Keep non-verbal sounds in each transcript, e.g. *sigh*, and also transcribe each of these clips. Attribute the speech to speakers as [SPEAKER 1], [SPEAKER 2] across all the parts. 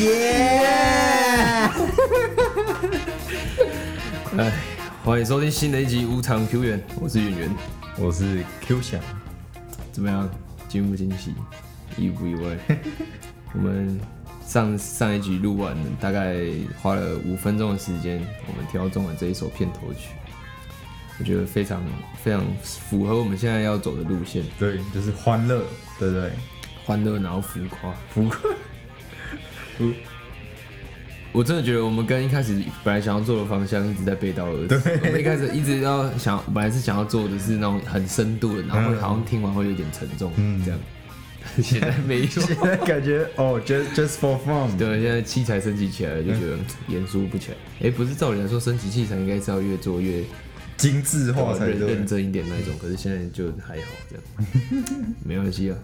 [SPEAKER 1] 耶！ *laughs* 哎，欢迎收听新的一集《无常 Q 园》，我是演员，
[SPEAKER 2] 我是 Q 翔，
[SPEAKER 1] 怎么样？惊不惊喜？意不意外？ *laughs* 我们上上一集录完了，大概花了五分钟的时间，我们挑中了这一首片头曲，我觉得非常非常符合我们现在要走的路线，
[SPEAKER 2] 对，就是欢乐，对不对？
[SPEAKER 1] 欢乐然后浮夸。嗯
[SPEAKER 2] 浮
[SPEAKER 1] *laughs*
[SPEAKER 2] 夸，
[SPEAKER 1] 我真的觉得我们跟一开始本来想要做的方向一直在背道而驰。我们一开始一直要想，本来是想要做的是那种很深度的，然后会好像听完会有点沉重，
[SPEAKER 2] 嗯
[SPEAKER 1] 这样。 *laughs* 但现在没
[SPEAKER 2] *laughs*
[SPEAKER 1] 有，
[SPEAKER 2] 现在 *laughs* 感觉哦，just just for fun，
[SPEAKER 1] 对，现在器材升级起来了，就觉
[SPEAKER 2] 嗯
[SPEAKER 1] 得严肃不起来。哎、不是，照理来说，升级器材应该是要越做越
[SPEAKER 2] 精致化才
[SPEAKER 1] 认
[SPEAKER 2] 对
[SPEAKER 1] 哦认。真一点那一种，可是现在就还好这样， *laughs* 没关系啊。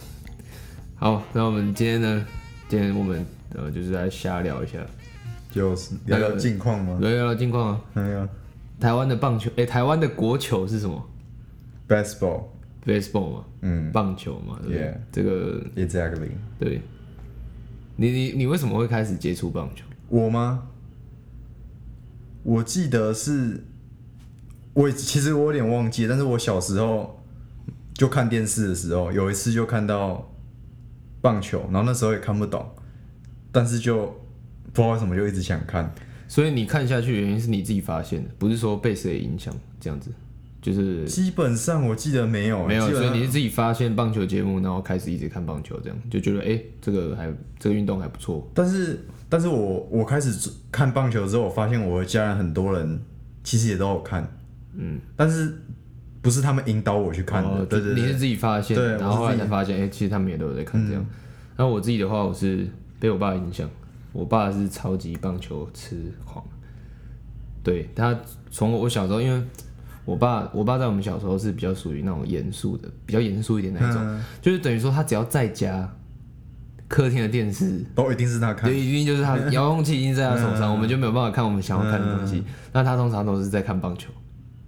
[SPEAKER 1] 好，那我们今天呢？今天我们呃就是来瞎聊一下，
[SPEAKER 2] 就是聊聊近况吗？
[SPEAKER 1] 聊聊近况啊。
[SPEAKER 2] 没有
[SPEAKER 1] 台湾的棒球，哎、台湾的国球是什么？
[SPEAKER 2] ，baseball，exactly，
[SPEAKER 1] baseball 嘛，
[SPEAKER 2] 嗯
[SPEAKER 1] 棒球嘛，对不对
[SPEAKER 2] Yeah
[SPEAKER 1] 这个对。你你你为什么会开始接触棒球？
[SPEAKER 2] 我吗？我记得是，我其实我有点忘记，但是我小时候就看电视的时候，有一次就看到棒球，然后那时候也看不懂，但是就不知道为什么就一直想看。
[SPEAKER 1] 所以你看下去的原因是你自己发现的，不是说被谁影响这样子，就是
[SPEAKER 2] 基本上我记得没有，
[SPEAKER 1] 没有。
[SPEAKER 2] 哦基
[SPEAKER 1] 所
[SPEAKER 2] 本
[SPEAKER 1] 以
[SPEAKER 2] 上
[SPEAKER 1] 你是自己发现棒球节目，然后开始一直看棒球，这样就觉得哎、诶这个还这个运动还不错。
[SPEAKER 2] 但是，但是我我开始看棒球之后，我发现我的家人很多人其实也都有看，嗯，但是不是他们引导我去看的，
[SPEAKER 1] 哦
[SPEAKER 2] 对
[SPEAKER 1] 就
[SPEAKER 2] 对
[SPEAKER 1] 你
[SPEAKER 2] 对
[SPEAKER 1] 是自己发现，
[SPEAKER 2] 对
[SPEAKER 1] 然
[SPEAKER 2] 我
[SPEAKER 1] 后
[SPEAKER 2] 是
[SPEAKER 1] 后来
[SPEAKER 2] 自己嗯
[SPEAKER 1] 才发现，哎、其实他们也都有在看这样。然后我自己的话，我是被我爸影响，我爸是超级棒球痴狂，对他从我小时候，因为我爸我爸在我们小时候是比较属于那种严肃的，比较严肃一点那一种，
[SPEAKER 2] 嗯
[SPEAKER 1] 就是等于说他只要在家客厅的电视
[SPEAKER 2] 都一定是他看嗯
[SPEAKER 1] 对，，一定就是他遥控器已经在他手上，我们就没有办法看我们想要看的东西。那他通常都是在看棒球。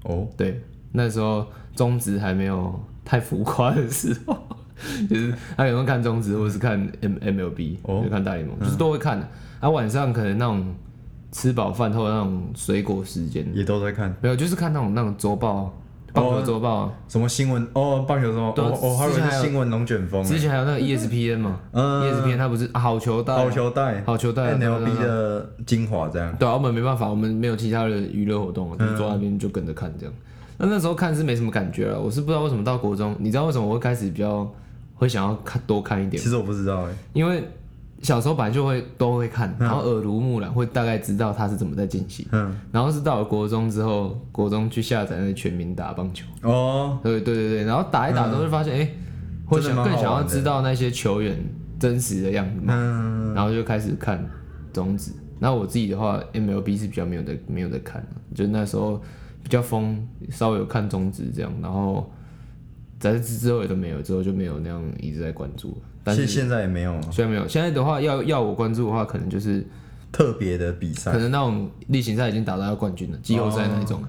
[SPEAKER 2] 哦，
[SPEAKER 1] 对，那时候中职还没有太浮夸的时候，就是他有时候看中职，或者是看 M M L B，、
[SPEAKER 2] 哦
[SPEAKER 1] 就看大联盟，就是都会看的。啊，晚上可能那种吃饱饭后的那种水果时间，
[SPEAKER 2] 也都在看，
[SPEAKER 1] 没有，就是看那种那种周报，棒
[SPEAKER 2] 哦
[SPEAKER 1] 球周报啊。
[SPEAKER 2] 什么新闻哦，棒球什么，
[SPEAKER 1] 对啊
[SPEAKER 2] 哦哦，还
[SPEAKER 1] 之前
[SPEAKER 2] 有
[SPEAKER 1] 还
[SPEAKER 2] 是
[SPEAKER 1] 有
[SPEAKER 2] 新闻龙卷风，
[SPEAKER 1] 之前还有那个 E ESPN 嘛、
[SPEAKER 2] 嗯
[SPEAKER 1] e s p n 它不是、啊好球带啊、
[SPEAKER 2] 好哎球带，
[SPEAKER 1] 好球带啊对啊对啊
[SPEAKER 2] NLB 的精华这样，
[SPEAKER 1] 对啊，我们没办法，我们没有其他的娱乐活动
[SPEAKER 2] 嗯
[SPEAKER 1] 啊，就是坐在那边就跟着看这样。那那时候看是没什么感觉啊了，我是不知道为什么到国中，你知道为什么我会开始比较会想要看多看一点
[SPEAKER 2] 其，实我不知道哎，
[SPEAKER 1] 因为小时候本来就会都会看，然后耳濡目染会大概知道它是怎么在进行，
[SPEAKER 2] 嗯，
[SPEAKER 1] 然后是到了国中之后，国中去下载那个全民打棒球，
[SPEAKER 2] 哦，
[SPEAKER 1] 对对对对，然后打一打之后就发现，哎、会想
[SPEAKER 2] 嗯真的蛮
[SPEAKER 1] 更
[SPEAKER 2] 好玩的
[SPEAKER 1] 想要知道那些球员真实的样子嘛，
[SPEAKER 2] 嗯，
[SPEAKER 1] 然后就开始看种子。那我自己的话，MLB 是比较没有在没有在看的，就那时候比较疯，稍微有看种子这样，然后但是之后也都没有，之后就没有那样一直在关注了。但
[SPEAKER 2] 现
[SPEAKER 1] 是
[SPEAKER 2] 现在也没有
[SPEAKER 1] 虽然没有，现在的话要要我关注的话，可能就是
[SPEAKER 2] 特别的比赛哦
[SPEAKER 1] 可，能那种例行赛已经打到要冠军了，季后赛那一种，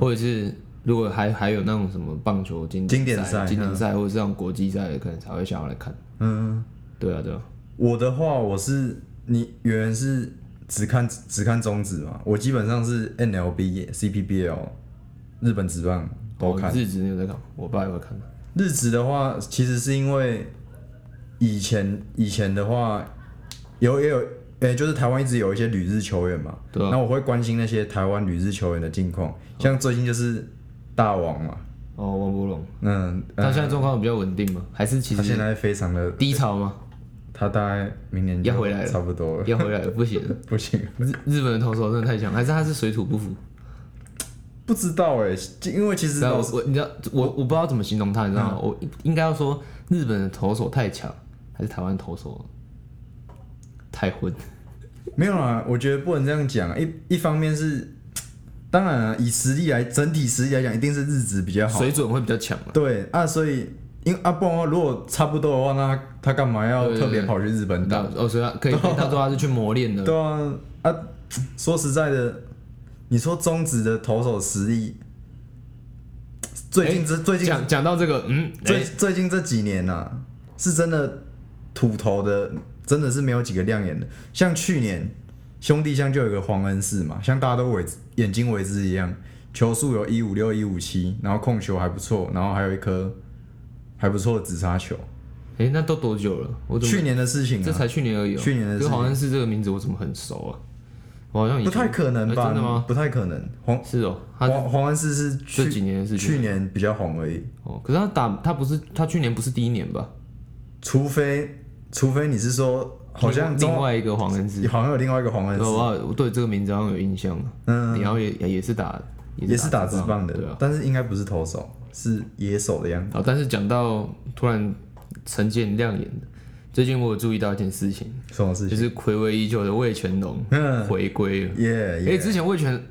[SPEAKER 1] 或者是如果还还有那种什么棒球经
[SPEAKER 2] 经典
[SPEAKER 1] 赛、
[SPEAKER 2] 赛
[SPEAKER 1] 经典赛或者是那种国际赛，可能才会想要来看。
[SPEAKER 2] 嗯。
[SPEAKER 1] 对啊，对啊，
[SPEAKER 2] 我的话，我是你原是只看只看中指嘛，我基本上是 NLB、CPBL、日本职棒都
[SPEAKER 1] 我
[SPEAKER 2] 看。
[SPEAKER 1] 哦日子你有在看，我爸也会看。
[SPEAKER 2] 日职的话，其实是因为以前以前的话，有也有，诶、就是台湾一直有一些旅日球员嘛，
[SPEAKER 1] 对啊啊
[SPEAKER 2] 那我会关心那些台湾旅日球员的近况，像最近就是大王嘛，
[SPEAKER 1] 哦，王博龙。
[SPEAKER 2] 嗯，
[SPEAKER 1] 他现在状况比较稳定吗？还是其
[SPEAKER 2] 他现
[SPEAKER 1] 实
[SPEAKER 2] 在非常的，
[SPEAKER 1] 低潮
[SPEAKER 2] *laughs*
[SPEAKER 1] 吗？
[SPEAKER 2] 他大概明年就
[SPEAKER 1] 要回来了
[SPEAKER 2] 差不多了，
[SPEAKER 1] 要回来了，不行了。
[SPEAKER 2] 不行。
[SPEAKER 1] 日日本的投手真的太强，还是他是水土不服？
[SPEAKER 2] 不知道哎、因为其实
[SPEAKER 1] 然后
[SPEAKER 2] 老
[SPEAKER 1] 我你知道我我不知道怎么形容他，你知道
[SPEAKER 2] 嗯
[SPEAKER 1] 吗？我应该要说日本的投手太强，还是台湾投手太混？
[SPEAKER 2] 没有啦，我觉得不能这样讲。一一方面是，当然啊，以实力来整体实力来讲，一定是日子比较好。
[SPEAKER 1] 水准会比较强嘛？
[SPEAKER 2] 对啊，所以因啊，不然的话如果差不多的话，那他他干嘛要
[SPEAKER 1] 对对
[SPEAKER 2] 特别
[SPEAKER 1] 对
[SPEAKER 2] 跑去日本打？
[SPEAKER 1] 那哦，所以他可以可以他说他是去磨练的，
[SPEAKER 2] *laughs* 对啊啊，说实在的，你说中职的投手实力，最近这、最近
[SPEAKER 1] 讲讲到这个，嗯，
[SPEAKER 2] 最
[SPEAKER 1] 哎
[SPEAKER 2] 最近这几年呐、啊，是真的土头的真的是没有几个亮眼的。像去年兄弟像就有一个黄恩寺嘛，像大家都为之眼睛为之一样，球速有一五六一五七，然后控球还不错，然后还有一颗还不错的直杀球。
[SPEAKER 1] 哎、那都多久了？我怎么
[SPEAKER 2] 去年的事情、啊，
[SPEAKER 1] 这才去年而已、哦。
[SPEAKER 2] 去年的事
[SPEAKER 1] 可
[SPEAKER 2] 情
[SPEAKER 1] 是好像是这个名字，我怎么很熟啊？我好像以
[SPEAKER 2] 不
[SPEAKER 1] 前
[SPEAKER 2] 太可能吧？
[SPEAKER 1] 哎真的吗？
[SPEAKER 2] 不太可能。黄
[SPEAKER 1] 是哦，他
[SPEAKER 2] 黄黄恩寺是
[SPEAKER 1] 这几
[SPEAKER 2] 去
[SPEAKER 1] 年的事
[SPEAKER 2] 去
[SPEAKER 1] 情
[SPEAKER 2] 年比较红而已，
[SPEAKER 1] 哦。可是他打他不是他去年不是第一年吧？
[SPEAKER 2] 除非除非你是说好像
[SPEAKER 1] 另
[SPEAKER 2] 中
[SPEAKER 1] 外一个啊黄恩师，
[SPEAKER 2] 好像有另外一个黄恩
[SPEAKER 1] 对，
[SPEAKER 2] 寺，
[SPEAKER 1] 我我对这个名字好像有印象。
[SPEAKER 2] 嗯，
[SPEAKER 1] 然后也也是打
[SPEAKER 2] 也是打直
[SPEAKER 1] 直
[SPEAKER 2] 棒的，
[SPEAKER 1] 对啊。
[SPEAKER 2] 但是应该不是投手，是野手的样子。
[SPEAKER 1] 好，但是讲到突然呈现亮眼的，最近我有注意到一件事情，
[SPEAKER 2] 什么事
[SPEAKER 1] 就
[SPEAKER 2] 情？ *laughs*
[SPEAKER 1] 是暌违已久的魏全龙
[SPEAKER 2] 嗯
[SPEAKER 1] 回归了。
[SPEAKER 2] 耶
[SPEAKER 1] 因
[SPEAKER 2] 耶，
[SPEAKER 1] 为之前魏全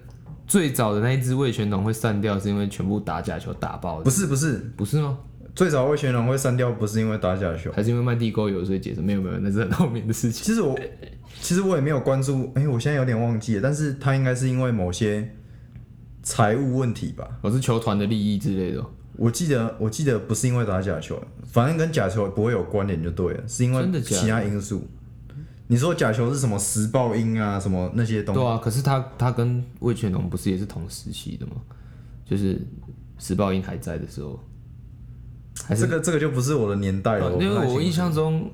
[SPEAKER 1] 最早的那一只魏全龙会散掉，是因为全部打假球打爆的，
[SPEAKER 2] 不是不是，
[SPEAKER 1] 不是吗？
[SPEAKER 2] 最早魏全龙会删掉，不是因为打假球。
[SPEAKER 1] 还是因为卖地沟油所以解释？没有没有，那是很后面的事情。
[SPEAKER 2] 其实我其实我也没有关注，哎、我现在有点忘记了，但是他应该是因为某些财务问题吧。
[SPEAKER 1] 哦我是球团的利益之类的哦，
[SPEAKER 2] 我记得我记得不是因为打假球，反正跟假球不会有关联就对了，是因
[SPEAKER 1] 真
[SPEAKER 2] 为
[SPEAKER 1] 的假的
[SPEAKER 2] 其他因素。你说假球是什么时报音啊，什么那些东西
[SPEAKER 1] 对？啊。可是他他跟魏全龙不是也是同时期的吗？就是时报英还在的时候，啊还是啊
[SPEAKER 2] 这个这个就不是我的年代了，
[SPEAKER 1] 因为
[SPEAKER 2] 不太
[SPEAKER 1] 我
[SPEAKER 2] 清
[SPEAKER 1] 印象中，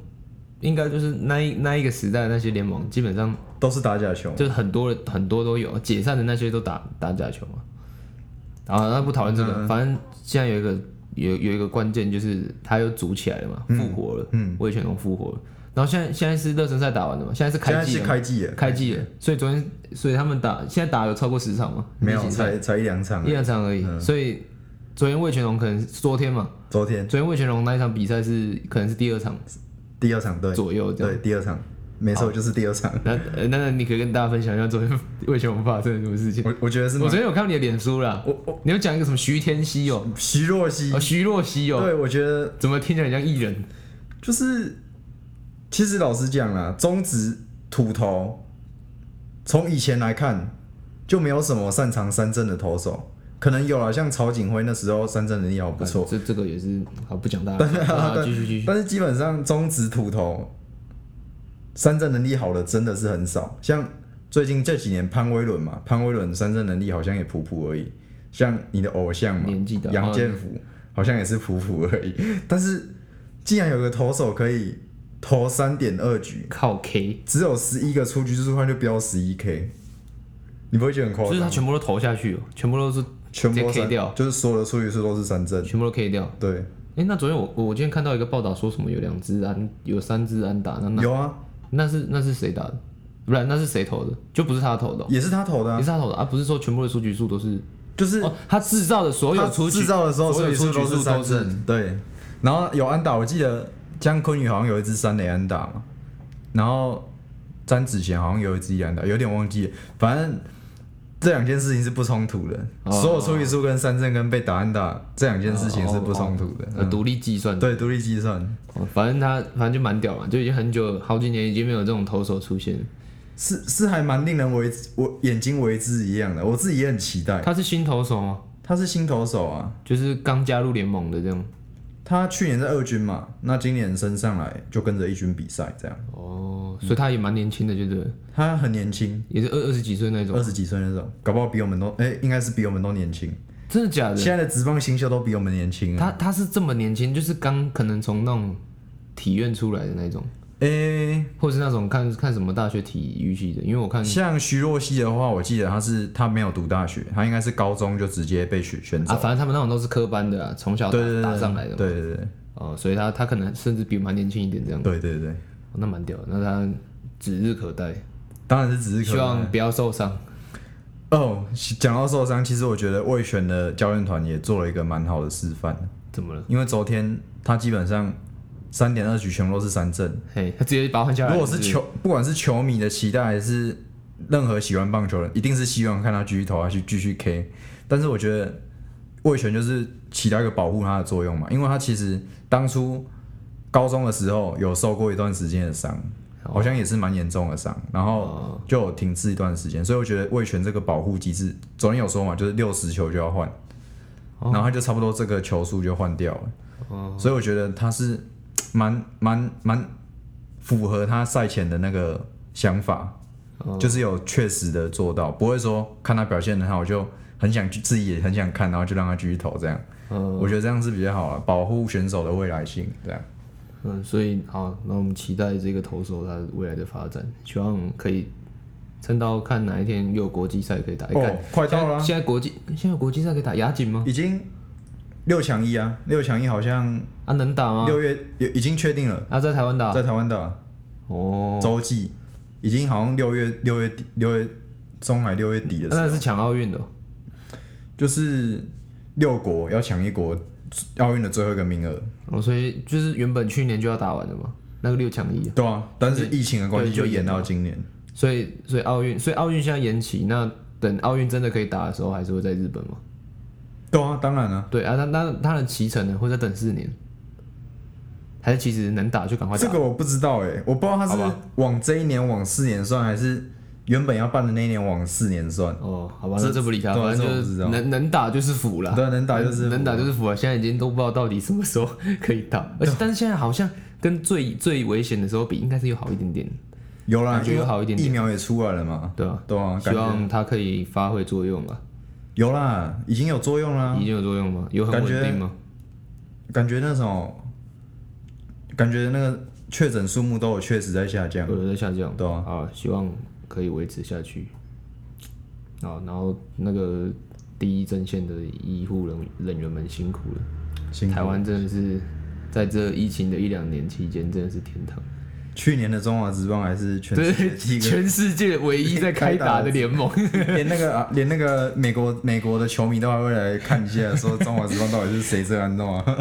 [SPEAKER 1] 应该就是那一那一个时代的那些联盟，基本上
[SPEAKER 2] 都是打假球。
[SPEAKER 1] 就是很多人很多都有解散的那些都打打假球嘛。啊，那不讨论这
[SPEAKER 2] 嗯
[SPEAKER 1] 个，反正现在有一个有有一个关键就是他又组起来了嘛，复活了，嗯，魏全龙复活了。然后现在现在是热身赛打完了嘛，现在是
[SPEAKER 2] 现
[SPEAKER 1] 开
[SPEAKER 2] 在
[SPEAKER 1] 季
[SPEAKER 2] 是
[SPEAKER 1] 了嗯嘛，
[SPEAKER 2] 开季了，
[SPEAKER 1] 开季了，所以昨天所以他们打现在打有超过十场吗？
[SPEAKER 2] 没有
[SPEAKER 1] 例行赛
[SPEAKER 2] 才才一两场
[SPEAKER 1] 一。两场而已，
[SPEAKER 2] 嗯
[SPEAKER 1] 所以昨天魏全龙可能是昨天嘛，
[SPEAKER 2] 昨天
[SPEAKER 1] 昨天魏全龙那一场比赛是可能是第二场
[SPEAKER 2] 第二场对
[SPEAKER 1] 左右这样。
[SPEAKER 2] 对第二场，没错就是第二场。
[SPEAKER 1] 那呃那那你可以跟大家分享一下昨天 *laughs* 为什么发生了什么事情？
[SPEAKER 2] 我我觉得是
[SPEAKER 1] 我昨天有看到你的脸书啦，
[SPEAKER 2] 我我
[SPEAKER 1] 你有讲一个什么徐天熙哦，
[SPEAKER 2] 徐若曦
[SPEAKER 1] 啊，徐若曦哦，
[SPEAKER 2] 对我觉得
[SPEAKER 1] 怎么听起来很像艺人？
[SPEAKER 2] 就是，其实老实讲啦，中职土头从以前来看就没有什么擅长三振的投手，可能有啦，像曹景辉那时候三振能力还不错，
[SPEAKER 1] 这这个也是好不讲
[SPEAKER 2] *laughs*
[SPEAKER 1] 大家，啊继续继续。
[SPEAKER 2] 但是基本上中职土头三振能力好的真的是很少，像最近这几年潘威伦嘛，潘威伦三振能力好像也普普而已，像你的偶像嘛
[SPEAKER 1] 年纪大，
[SPEAKER 2] 杨建福好像也是普普而已，但是既然有个投手可以投三点二局，
[SPEAKER 1] 靠
[SPEAKER 2] *laughs*
[SPEAKER 1] K，
[SPEAKER 2] 只有十一个出局数，他就飙十一 K，你不会觉得很
[SPEAKER 1] 就
[SPEAKER 2] 夸
[SPEAKER 1] 是他
[SPEAKER 2] 张？
[SPEAKER 1] 全部都投下去哦，全部都是
[SPEAKER 2] 全部
[SPEAKER 1] 直
[SPEAKER 2] 都
[SPEAKER 1] 接 K
[SPEAKER 2] 三
[SPEAKER 1] 掉，
[SPEAKER 2] 就是所有的出局数都是三振，
[SPEAKER 1] 全部都 K 掉。
[SPEAKER 2] 对，
[SPEAKER 1] 哎，那昨天我我我今天看到一个报道说什么有两只安有三只安打，那那
[SPEAKER 2] 有啊，
[SPEAKER 1] 那是那是谁打的？不然那是谁投的？就不是他投的哦，
[SPEAKER 2] 也是他投的、
[SPEAKER 1] 也
[SPEAKER 2] 啊，
[SPEAKER 1] 是他投的啊，不是说全部的出局数都是
[SPEAKER 2] 就是
[SPEAKER 1] 哦，他制造的所有出
[SPEAKER 2] 他
[SPEAKER 1] 局
[SPEAKER 2] 制造的时候，
[SPEAKER 1] 所有出
[SPEAKER 2] 出
[SPEAKER 1] 局
[SPEAKER 2] 都
[SPEAKER 1] 数
[SPEAKER 2] 三
[SPEAKER 1] 都是
[SPEAKER 2] 振，对。然后有安打，我记得江坤宇好像有一支三垒安打嘛，然后詹子贤好像有一支一安打，有点忘记了，反正。这两件事情是不冲突的，
[SPEAKER 1] 哦
[SPEAKER 2] 所有出局数跟三振跟被打安打这两件事情是不冲突的，
[SPEAKER 1] 呃独立计算。
[SPEAKER 2] 对，独立计算
[SPEAKER 1] 哦反正他反正就蛮屌嘛，就已经很久好几年已经没有这种投手出现了。
[SPEAKER 2] 是是还蛮令人为之我眼睛为之一亮的，我自己也很期待。
[SPEAKER 1] 他是新投手吗？
[SPEAKER 2] 他是新投手啊，
[SPEAKER 1] 就是刚加入联盟的这样。
[SPEAKER 2] 他去年在二军嘛，那今年升上来就跟着一军比赛这样，
[SPEAKER 1] 哦，所以他也蛮年轻的，就是
[SPEAKER 2] 他很年轻，
[SPEAKER 1] 也是二二十几岁那种。
[SPEAKER 2] 二十几岁那种，搞不好比我们都哎、应该是比我们都年轻。
[SPEAKER 1] 真的假的？
[SPEAKER 2] 现在的职棒新秀都比我们年轻啊。
[SPEAKER 1] 啊他他是这么年轻，就是刚可能从那种体院出来的那种，
[SPEAKER 2] 哎、
[SPEAKER 1] 或是那种看看什么大学体育系的，因为我看
[SPEAKER 2] 像徐若曦的话，我记得她是她没有读大学，她应该是高中就直接被选选走。
[SPEAKER 1] 啊，反正他们那种都是科班的啊，从小打
[SPEAKER 2] 对对对，
[SPEAKER 1] 打上来的嘛。
[SPEAKER 2] 对对对
[SPEAKER 1] 哦，所以他他可能甚至比我们还年轻一点这样。
[SPEAKER 2] 对对对，
[SPEAKER 1] 哦那蛮屌的，那他指日可待，
[SPEAKER 2] 当然是只是
[SPEAKER 1] 希
[SPEAKER 2] 可能。
[SPEAKER 1] 望不要受伤。
[SPEAKER 2] 哦，讲到受伤，其实我觉得魏璇的教练团也做了一个蛮好的示范，
[SPEAKER 1] 怎么了？
[SPEAKER 2] 因为昨天他基本上三点二局全部都是三振，
[SPEAKER 1] 嘿，他直接把他换下来。
[SPEAKER 2] 如果是
[SPEAKER 1] 不
[SPEAKER 2] 球，不管是球迷的期待，还是任何喜欢棒球的人，一定是希望看他继续投下去，继续 K。但是我觉得魏权就是起到一个保护他的作用嘛，因为他其实当初高中的时候有受过一段时间的伤，好像也是蛮严重的伤，然后就有停滞一段时间，所以我觉得魏权这个保护机制，昨天有说嘛，就是六十球就要换，然后他就差不多这个球数就换掉了，所以我觉得他是蛮蛮蛮符合他赛前的那个想法，
[SPEAKER 1] 哦
[SPEAKER 2] 就是有确实的做到，不会说看他表现很好，我就很想去自己也很想看，然后就让他继续投这样。
[SPEAKER 1] 嗯
[SPEAKER 2] 我觉得这样是比较好了，保护选手的未来性这样。
[SPEAKER 1] 嗯，所以好，那我们期待这个投手他未来的发展，希望可以撑到看哪一天又有国际赛可以打。
[SPEAKER 2] 哦
[SPEAKER 1] 看
[SPEAKER 2] 快到了啊
[SPEAKER 1] 现在现在国际现在国际赛可以打亚锦吗？
[SPEAKER 2] 已经六强一啊，六强一好像
[SPEAKER 1] 啊，能打吗？
[SPEAKER 2] 六月也已经确定了，
[SPEAKER 1] 啊，在台湾打。
[SPEAKER 2] 在台湾打
[SPEAKER 1] 哦，
[SPEAKER 2] 洲际，已经好像六月六月底六月中还六月底的
[SPEAKER 1] 啊
[SPEAKER 2] 时候，
[SPEAKER 1] 那是抢奥运的哦。
[SPEAKER 2] 就是六国要抢一国奥运的最后一个名额，
[SPEAKER 1] 哦，所以就是原本去年就要打完的嘛，那个六强一，
[SPEAKER 2] 对啊，但是疫情的关系
[SPEAKER 1] 对
[SPEAKER 2] 就
[SPEAKER 1] 就
[SPEAKER 2] 延到今年。
[SPEAKER 1] 所以所以奥运，所以奥运现在延期，那等奥运真的可以打的时候，还是会在日本嘛？
[SPEAKER 2] 对啊，当然啊，
[SPEAKER 1] 对啊，那那他的骑乘呢，会再等四年，还是其实能打就赶快打？
[SPEAKER 2] 这个我不知道哎、我不知道他
[SPEAKER 1] 好
[SPEAKER 2] 是
[SPEAKER 1] 吧
[SPEAKER 2] 往这一年往四年算，还是原本要办的那一年往四年算。
[SPEAKER 1] 哦，好吧，
[SPEAKER 2] 这
[SPEAKER 1] 那这不理他，
[SPEAKER 2] 对啊
[SPEAKER 1] 反正
[SPEAKER 2] 这我
[SPEAKER 1] 就
[SPEAKER 2] 不知
[SPEAKER 1] 是
[SPEAKER 2] 道
[SPEAKER 1] 能能打就是福啦。
[SPEAKER 2] 对啊能打就是福
[SPEAKER 1] 能打就是福了。啊现在已经都不知道到底什么时候 *laughs* 可以打，而且
[SPEAKER 2] 啊
[SPEAKER 1] 但是现在好像跟最最危险的时候比，应该是又好一点点，
[SPEAKER 2] 有啦，
[SPEAKER 1] 感觉
[SPEAKER 2] 因为
[SPEAKER 1] 好一点点
[SPEAKER 2] 疫苗也出来了嘛。
[SPEAKER 1] 对吧、
[SPEAKER 2] 对啊，
[SPEAKER 1] 希
[SPEAKER 2] 感觉
[SPEAKER 1] 望它可以发挥作用啊，
[SPEAKER 2] 有啦，已经有作用啦
[SPEAKER 1] 已。经有作用吗？有很
[SPEAKER 2] 感
[SPEAKER 1] 稳
[SPEAKER 2] 觉
[SPEAKER 1] 定吗？
[SPEAKER 2] 感觉那种，感觉那个确诊数目都有确实在下降。
[SPEAKER 1] 有在下降，
[SPEAKER 2] 对啊
[SPEAKER 1] 啊，希望可以维持下去。啊，然后那个第一阵线的医护人人员们辛苦了。
[SPEAKER 2] 辛苦
[SPEAKER 1] 台湾真的是在这疫情的一两年期间，真的是天堂，
[SPEAKER 2] 去年的中华职棒还是全
[SPEAKER 1] 这
[SPEAKER 2] 世界
[SPEAKER 1] 是
[SPEAKER 2] 第一个，
[SPEAKER 1] 全世界唯一在开打的联盟。
[SPEAKER 2] *laughs* 连那个、啊、连那个美国美国的球迷都还会来看一
[SPEAKER 1] *laughs*
[SPEAKER 2] 下，说中华职棒到底是谁这样弄啊？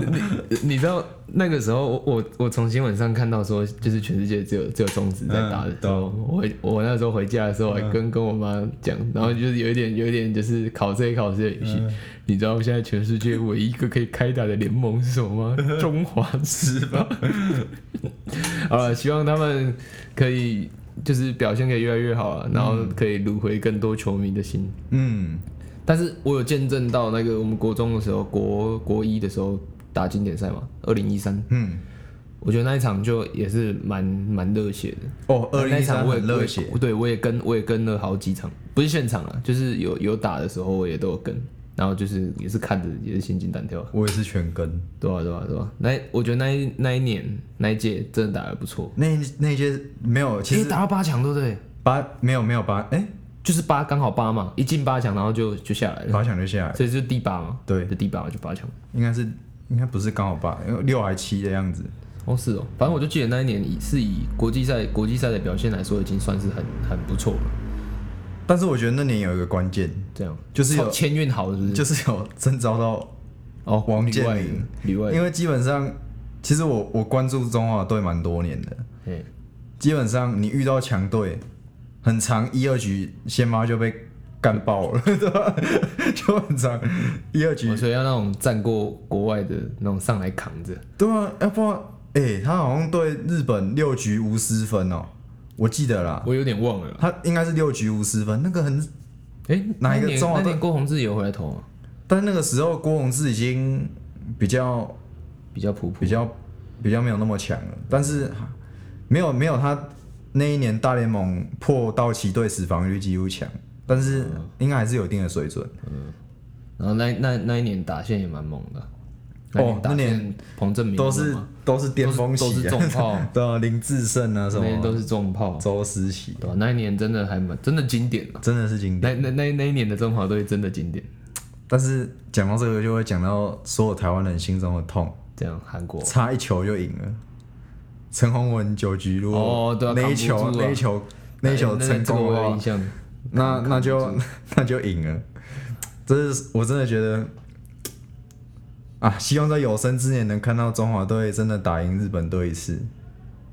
[SPEAKER 1] 你你知道那个时候我，我我从新闻上看到说，就是全世界只有只有中职在打的时候，我回我那时候回家的时候还跟、跟我妈讲，然后就是有一点有一点就是考这考这语气。你知道现在全世界唯一一个可以开打的联盟是什么吗？中华职棒。啊，希望他们可以就是表现可以越来越好啊，然后可以掳回更多球迷的心。
[SPEAKER 2] *laughs* 嗯，
[SPEAKER 1] 但是我有见证到那个我们国中的时候，国国一的时候打经典赛嘛，二零一三，
[SPEAKER 2] 嗯，
[SPEAKER 1] 我觉得那一场就也是蛮蛮热血的。
[SPEAKER 2] 哦，二
[SPEAKER 1] 那
[SPEAKER 2] 零
[SPEAKER 1] 一
[SPEAKER 2] 一
[SPEAKER 1] 场
[SPEAKER 2] 三
[SPEAKER 1] 我也
[SPEAKER 2] 很热血
[SPEAKER 1] 我，也对我也跟我也跟了好几场，不是现场啊，就是有有打的时候我也都有跟，然后就是也是看着也是心惊胆跳，
[SPEAKER 2] 我也是全跟。
[SPEAKER 1] 对啊对啊对啊。那我觉得那一那一年那一届真的打得不错，
[SPEAKER 2] 那那些没有，其
[SPEAKER 1] 也
[SPEAKER 2] 实
[SPEAKER 1] 打到八强对不对？
[SPEAKER 2] 八没有没有八，哎、
[SPEAKER 1] 就是八刚好八嘛，一进八强然后就就下来了，
[SPEAKER 2] 八强就下来，
[SPEAKER 1] 所以就第八嘛，
[SPEAKER 2] 对
[SPEAKER 1] 就第八嘛就八强。
[SPEAKER 2] 应该是应该不是刚好八，六还七的样子。
[SPEAKER 1] 哦，是哦，反正我就记得那一年以是以国际赛国际赛的表现来说，已经算是很很不错了。
[SPEAKER 2] 但是我觉得那年有一个关键，
[SPEAKER 1] 这样
[SPEAKER 2] 就是有
[SPEAKER 1] 签运好，是不是？
[SPEAKER 2] 就是有 *laughs* 征召到
[SPEAKER 1] 哦，
[SPEAKER 2] 王
[SPEAKER 1] 里
[SPEAKER 2] 建
[SPEAKER 1] 外
[SPEAKER 2] 民，
[SPEAKER 1] 里外，
[SPEAKER 2] 因为基本上，其实我我关注中华队蛮多年的，
[SPEAKER 1] 哎，
[SPEAKER 2] 基本上你遇到强队，很长一二局先发就被干爆了， *laughs* 对吧？就很长一二局
[SPEAKER 1] 哦，所以要那种战过国外的那种上来扛着，
[SPEAKER 2] 对啊，要不然，哎、他好像对日本六局无失分哦，我记得啦，
[SPEAKER 1] 我有点忘了啦。
[SPEAKER 2] 他应该是六局无失分，那个很，
[SPEAKER 1] 哎，
[SPEAKER 2] 哪一个
[SPEAKER 1] 那年
[SPEAKER 2] 中华
[SPEAKER 1] 那
[SPEAKER 2] 队
[SPEAKER 1] 年郭宏志有回来投吗？
[SPEAKER 2] 但那个时候郭宏志已经比较
[SPEAKER 1] 比较普普
[SPEAKER 2] 比，较比较没有那么强了，但是没有没有他那一年大联盟破道奇队史防御率纪录强，但是应该还是有一定的水准。
[SPEAKER 1] 然后那那那一年打线也蛮猛的。
[SPEAKER 2] 哦
[SPEAKER 1] 打
[SPEAKER 2] 那年
[SPEAKER 1] 线彭正明
[SPEAKER 2] 都是
[SPEAKER 1] 嘛
[SPEAKER 2] 都是巅峰
[SPEAKER 1] 都是
[SPEAKER 2] 期、啊，
[SPEAKER 1] 都是重
[SPEAKER 2] *laughs*
[SPEAKER 1] 炮
[SPEAKER 2] 对啊，林志胜啊什
[SPEAKER 1] 那年
[SPEAKER 2] 么，
[SPEAKER 1] 都是重炮，
[SPEAKER 2] 周思齐，
[SPEAKER 1] 对吧？那一年真的还蛮真的经典了。
[SPEAKER 2] 真的是经典。
[SPEAKER 1] 那那那那一年的中华队真的经典，
[SPEAKER 2] 但是讲到这个，就会讲到所有台湾人心中的痛，
[SPEAKER 1] 这样韩国
[SPEAKER 2] 差一球就赢了。陈宏文九局如果
[SPEAKER 1] 哦对啊
[SPEAKER 2] 那一
[SPEAKER 1] 扛
[SPEAKER 2] 球
[SPEAKER 1] 不住啊
[SPEAKER 2] 那一球那一球
[SPEAKER 1] 哎
[SPEAKER 2] 成
[SPEAKER 1] 这个
[SPEAKER 2] 功
[SPEAKER 1] 我
[SPEAKER 2] 的
[SPEAKER 1] 有
[SPEAKER 2] 话
[SPEAKER 1] 印，象。
[SPEAKER 2] 那那就 *laughs* 那就赢了。这是我真的觉得啊，希望在有生之年能看到中华队真的打赢日本队一次，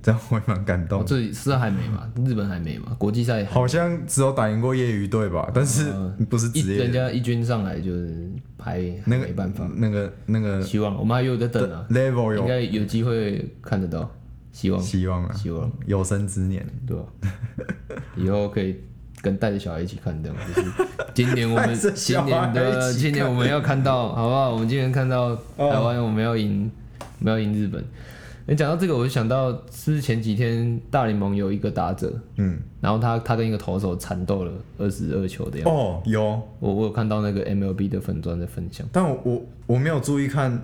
[SPEAKER 2] 这样我也蛮感
[SPEAKER 1] 哦，
[SPEAKER 2] 动。
[SPEAKER 1] 这里是还没嘛，日本还没嘛，国际赛还
[SPEAKER 2] 好像只有打赢过业余队吧，但是不是
[SPEAKER 1] 呃一
[SPEAKER 2] 职业
[SPEAKER 1] 人
[SPEAKER 2] 的。
[SPEAKER 1] 家一军上来就是拍，
[SPEAKER 2] 那个
[SPEAKER 1] 没办法，
[SPEAKER 2] 那个那个
[SPEAKER 1] 希望我们还有在等啊，
[SPEAKER 2] level
[SPEAKER 1] 应
[SPEAKER 2] 有
[SPEAKER 1] 该有机会看得到，希望
[SPEAKER 2] 希望啊，
[SPEAKER 1] 希望
[SPEAKER 2] 有生之年。
[SPEAKER 1] 对吧？ *laughs* 以后可以跟带着小孩一起看，这样就是今年我
[SPEAKER 2] *laughs* 带
[SPEAKER 1] 们
[SPEAKER 2] 着小
[SPEAKER 1] 今
[SPEAKER 2] 孩
[SPEAKER 1] 年的
[SPEAKER 2] 一起看哦
[SPEAKER 1] 今年我们要看到，好不好？我们今年看到台湾我们要赢，我们要赢日本。你讲到这个，我就想到是不是前几天大联盟有一个打者，
[SPEAKER 2] 嗯，
[SPEAKER 1] 然后他他跟一个投手缠斗了二十二球的样子。
[SPEAKER 2] 哦，有，
[SPEAKER 1] 我我有看到那个 MLB 的粉砖在分享，
[SPEAKER 2] 但我我我没有注意看，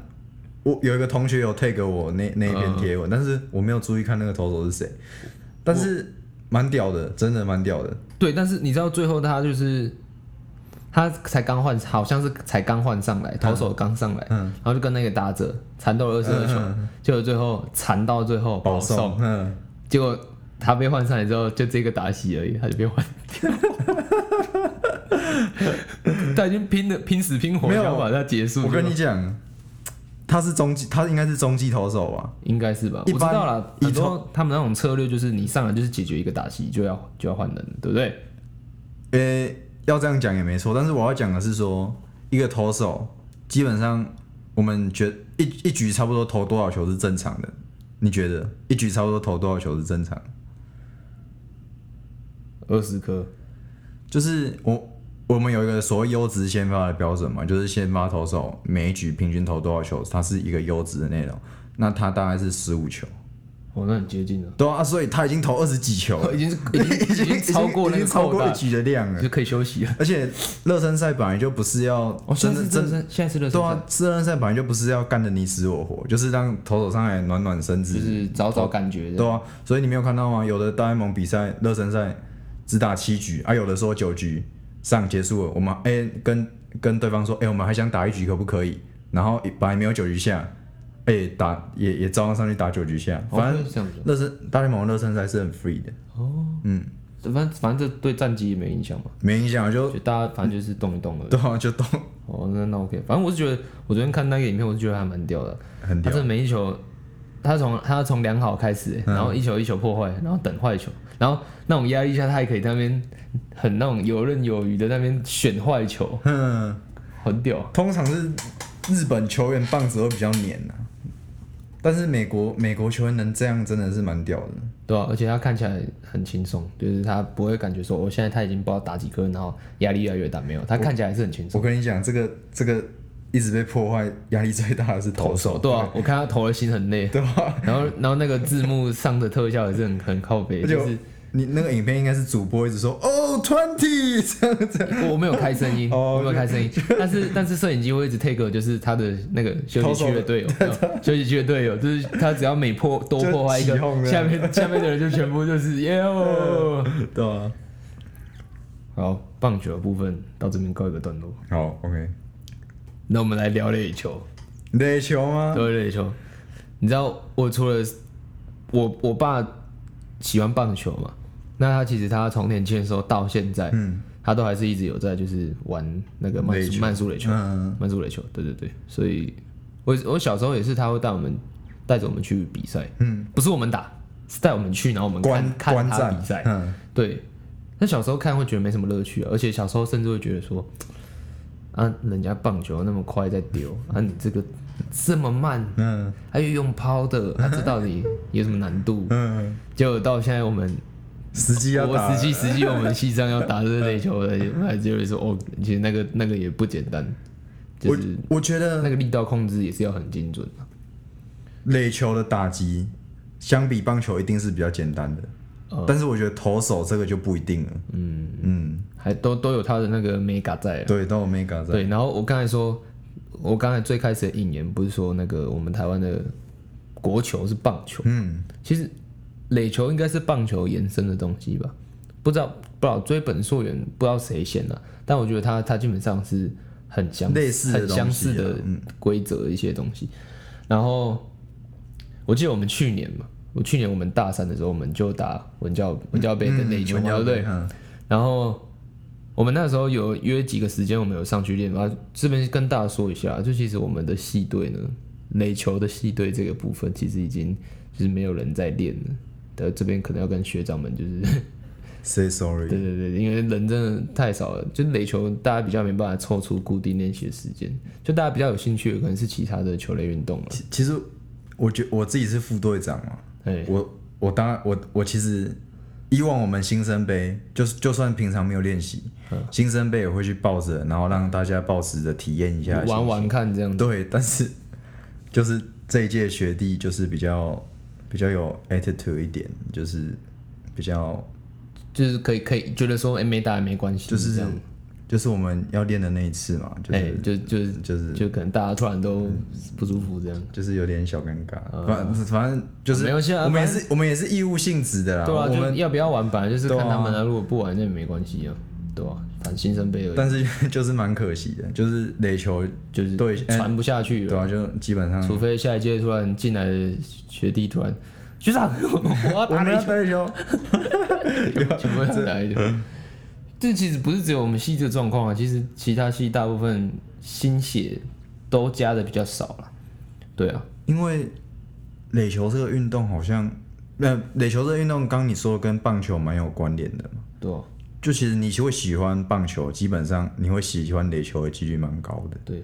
[SPEAKER 2] 我有一个同学有 take 我那那一篇贴
[SPEAKER 1] 嗯
[SPEAKER 2] 文，但是我没有注意看那个投手是谁，但是蛮屌的，真的蛮屌的，
[SPEAKER 1] 对，但是你知道最后他就是他才刚换，好像是才刚换上来，投手刚上来，
[SPEAKER 2] 嗯
[SPEAKER 1] 然后就跟那个打者缠斗了二十二球，结果最后缠到最后保
[SPEAKER 2] 保
[SPEAKER 1] 送，
[SPEAKER 2] 送，嗯，
[SPEAKER 1] 结果他被换上来之后，就这个打席而已，他就被换掉。他已经拼的拼死拼活
[SPEAKER 2] 没有
[SPEAKER 1] 想把它结束。
[SPEAKER 2] 我跟你讲，他是中继，他应该是中继投手吧？
[SPEAKER 1] 应该是吧，我
[SPEAKER 2] 一
[SPEAKER 1] 知
[SPEAKER 2] 般
[SPEAKER 1] 道了。
[SPEAKER 2] 以
[SPEAKER 1] 很多他们那种策略就是你上来就是解决一个打席就要就要换人了，对不对？
[SPEAKER 2] 呃、要这样讲也没错，但是我要讲的是说，一个投手基本上我们觉一一局差不多投多少球是正常的，你觉得一局差不多投多少球是正常？
[SPEAKER 1] 二十颗，
[SPEAKER 2] 就是我我们有一个所谓优质先发的标准嘛，就是先发投手每一局平均投多少球，它是一个优质的内容。那他大概是十五球，
[SPEAKER 1] 哦，那很接近了，
[SPEAKER 2] 对啊，所以他 *laughs* 已经投二十几球
[SPEAKER 1] *laughs* ，
[SPEAKER 2] 了
[SPEAKER 1] 已经是已经已经超过
[SPEAKER 2] 已
[SPEAKER 1] 那个
[SPEAKER 2] 经超
[SPEAKER 1] 扣
[SPEAKER 2] 过
[SPEAKER 1] 打
[SPEAKER 2] 一，局的量了
[SPEAKER 1] 就。可以休息了。
[SPEAKER 2] 而且热身赛本来就不是要
[SPEAKER 1] 哦，现
[SPEAKER 2] 真
[SPEAKER 1] 在
[SPEAKER 2] 的
[SPEAKER 1] 是
[SPEAKER 2] 真
[SPEAKER 1] 热身，现在是热身
[SPEAKER 2] 对
[SPEAKER 1] 赛，
[SPEAKER 2] 啊，热身赛本来就不是要干的你死我活，就是让投手上来暖暖身
[SPEAKER 1] 就
[SPEAKER 2] 子，
[SPEAKER 1] 是找找感觉的。
[SPEAKER 2] 对啊，所以你没有看到吗？有的大联盟比赛热身赛只打七局，啊，有的说九局上结束了，我们哎、跟跟对方说，哎、我们还想打一局可不可以？然后本来没有九局下，哎、打也也照样上去打九局下，
[SPEAKER 1] 哦
[SPEAKER 2] 反正
[SPEAKER 1] 就是这样子。
[SPEAKER 2] 热身大联盟热身赛是很 free 的，
[SPEAKER 1] 反正反正这对战绩也没影响嘛，
[SPEAKER 2] 没影响就
[SPEAKER 1] 就大家反正就是动一动而已。
[SPEAKER 2] 对啊就都
[SPEAKER 1] 哦，那那 OK，反正我是觉得，我昨天看那个影片，我是觉得还蛮屌的。
[SPEAKER 2] 很
[SPEAKER 1] 他
[SPEAKER 2] 屌，
[SPEAKER 1] 这每一球，他从他从良好开始，欸
[SPEAKER 2] 嗯
[SPEAKER 1] 然后一球一球破坏，然后等坏球，然后那种压力下，他还可以在那边很那种游刃有余的在那边选坏球，
[SPEAKER 2] 嗯。
[SPEAKER 1] 很屌。
[SPEAKER 2] 通常是日本球员棒子会比较黏呐、但是美国美国球员能这样真的是蛮屌的。
[SPEAKER 1] 对啊，而且他看起来很轻松，就是他不会感觉说，我、哦现在他已经不知道打几颗，然后压力越来越大，没有，他看起来还是很轻松。
[SPEAKER 2] 我跟你讲，这个这个一直被破坏，压力最大的是投手，
[SPEAKER 1] 对啊，我看他投的心很累，
[SPEAKER 2] 对啊吧？
[SPEAKER 1] 然后然后那个字幕上的特效也是很很靠北，
[SPEAKER 2] 而且
[SPEAKER 1] 就
[SPEAKER 2] 我
[SPEAKER 1] 是
[SPEAKER 2] 你那个影片应该是主播一直说哦 twenty *laughs* 这样子，
[SPEAKER 1] 我我没有开声音，
[SPEAKER 2] 哦
[SPEAKER 1] 我没有开声音，但是但是摄影机会一直 take 就是他的那个休息区的队友，没有休息区的队友，就是他只要每破多破坏一个
[SPEAKER 2] 就起哄，这
[SPEAKER 1] 下
[SPEAKER 2] 样
[SPEAKER 1] 面下面的人就全部
[SPEAKER 2] *laughs*
[SPEAKER 1] 就是耶哦。
[SPEAKER 2] 对啊。
[SPEAKER 1] 好，棒球的部分到这边告一个段落，
[SPEAKER 2] 好，OK，
[SPEAKER 1] 那我们来聊垒球，
[SPEAKER 2] 垒球吗？
[SPEAKER 1] 聊垒球。你知道我除了我我爸喜欢棒球嘛？那他其实他从年轻的时候到现在，
[SPEAKER 2] 嗯
[SPEAKER 1] 他都还是一直有在就是玩那个慢
[SPEAKER 2] 垒
[SPEAKER 1] 速
[SPEAKER 2] 球
[SPEAKER 1] 慢速垒球。
[SPEAKER 2] 嗯，
[SPEAKER 1] 曼苏垒球，对对对，所以我我小时候也是，他会带我们带着我们去比赛，
[SPEAKER 2] 嗯，
[SPEAKER 1] 不是我们打，是带我们去，然后我们
[SPEAKER 2] 观
[SPEAKER 1] 看看
[SPEAKER 2] 观
[SPEAKER 1] 他
[SPEAKER 2] 战
[SPEAKER 1] 比赛，
[SPEAKER 2] 嗯，
[SPEAKER 1] 对。那小时候看会觉得没什么乐趣、啊，而且小时候甚至会觉得说，啊，人家棒球那么快在丢，啊，你这个这么慢，
[SPEAKER 2] 嗯
[SPEAKER 1] 还有用抛的，啊，这到底有什么难度？
[SPEAKER 2] 嗯，
[SPEAKER 1] 结果到现在我们
[SPEAKER 2] 时机要打
[SPEAKER 1] 我
[SPEAKER 2] 了，
[SPEAKER 1] 实际实际我们西藏要打这个垒球的，我还就是说哦，其实那个那个也不简单，就是
[SPEAKER 2] 我我觉得
[SPEAKER 1] 那个力道控制也是要很精准啊的。
[SPEAKER 2] 垒球的打击相比棒球一定是比较简单的，
[SPEAKER 1] 嗯
[SPEAKER 2] 但是我觉得投手这个就不一定了。
[SPEAKER 1] 嗯，
[SPEAKER 2] 嗯，
[SPEAKER 1] 还都都有他的那个 mega 在啊。
[SPEAKER 2] 对，都有 mega 在。
[SPEAKER 1] 对，然后我刚才说，我刚才最开始的引言不是说那个我们台湾的国球是棒球，
[SPEAKER 2] 嗯，
[SPEAKER 1] 其实垒球应该是棒球延伸的东西吧？不知道不知道追本溯源，不知道谁先了、但我觉得它它基本上是很相
[SPEAKER 2] 类似的
[SPEAKER 1] 很相似
[SPEAKER 2] 东
[SPEAKER 1] 的
[SPEAKER 2] 西啊
[SPEAKER 1] 规则的一些东西。然后我记得我们去年嘛，我去年我们大三的时候，我们就打文教文教杯的垒球嘛，对不对？
[SPEAKER 2] 嗯
[SPEAKER 1] 然后我们那时候有约几个时间，我们有上去练。然后这边跟大家说一下，就其实我们的系队呢，垒球的系队这个部分，其实已经就是没有人在练了。呃，这边可能要跟学长们就是 *laughs*
[SPEAKER 2] ，say
[SPEAKER 1] 对
[SPEAKER 2] sorry。
[SPEAKER 1] 对对，因为人真的太少了，就垒球大家比较没办法抽出固定练习的时间，就大家比较有兴趣的可能是其他的球类运动了。
[SPEAKER 2] 其其实我觉我自己是副队长嘛，
[SPEAKER 1] 哎，
[SPEAKER 2] 我我当然我我其实以往我们新生杯，就是就算平常没有练习，
[SPEAKER 1] 嗯
[SPEAKER 2] 新生杯也会去抱着，然后让大家抱持着体验一下。
[SPEAKER 1] 玩玩看这样子，
[SPEAKER 2] 对，但是就是这一届的学弟就是比较比较有 attitude 一点，就是比较
[SPEAKER 1] 就是可以可以觉得说，哎、没打也没关系，
[SPEAKER 2] 就是
[SPEAKER 1] 这样，
[SPEAKER 2] 就是我们要练的那一次嘛，就是、
[SPEAKER 1] 哎、就就是
[SPEAKER 2] 就是
[SPEAKER 1] 就可能大家突然都不舒服这样。
[SPEAKER 2] 就是有点小尴尬，反反正就是
[SPEAKER 1] 没关嗯系啊
[SPEAKER 2] 我们也是我们也是义务性质的啦，
[SPEAKER 1] 对啊，就
[SPEAKER 2] 我们
[SPEAKER 1] 要不要玩，本来就是
[SPEAKER 2] 对啊
[SPEAKER 1] 看他们啊。如果不玩，那也没关系啊，对啊，反正新生杯而已，
[SPEAKER 2] 但是就是 *laughs* 蛮可惜的，就是垒球
[SPEAKER 1] 就是
[SPEAKER 2] 对哎
[SPEAKER 1] 传不下去
[SPEAKER 2] 对
[SPEAKER 1] 了。
[SPEAKER 2] 啊，就基本上
[SPEAKER 1] 除非下一届突然进来的学弟突然，学长， *laughs* 我要
[SPEAKER 2] 我
[SPEAKER 1] 打
[SPEAKER 2] 们
[SPEAKER 1] 垒
[SPEAKER 2] 要
[SPEAKER 1] 球，
[SPEAKER 2] 打垒球，
[SPEAKER 1] 全部要打垒球。这其实不是只有我们系这个状况啊，其实其他系大部分新血都加的比较少了。对啊，
[SPEAKER 2] 因为垒球这个运动好像，那、垒球这个运动，刚你说跟棒球蛮有关联的嘛，
[SPEAKER 1] 对啊，
[SPEAKER 2] 就其实你会喜欢棒球，基本上你会喜欢垒球的几率蛮高的，
[SPEAKER 1] 对。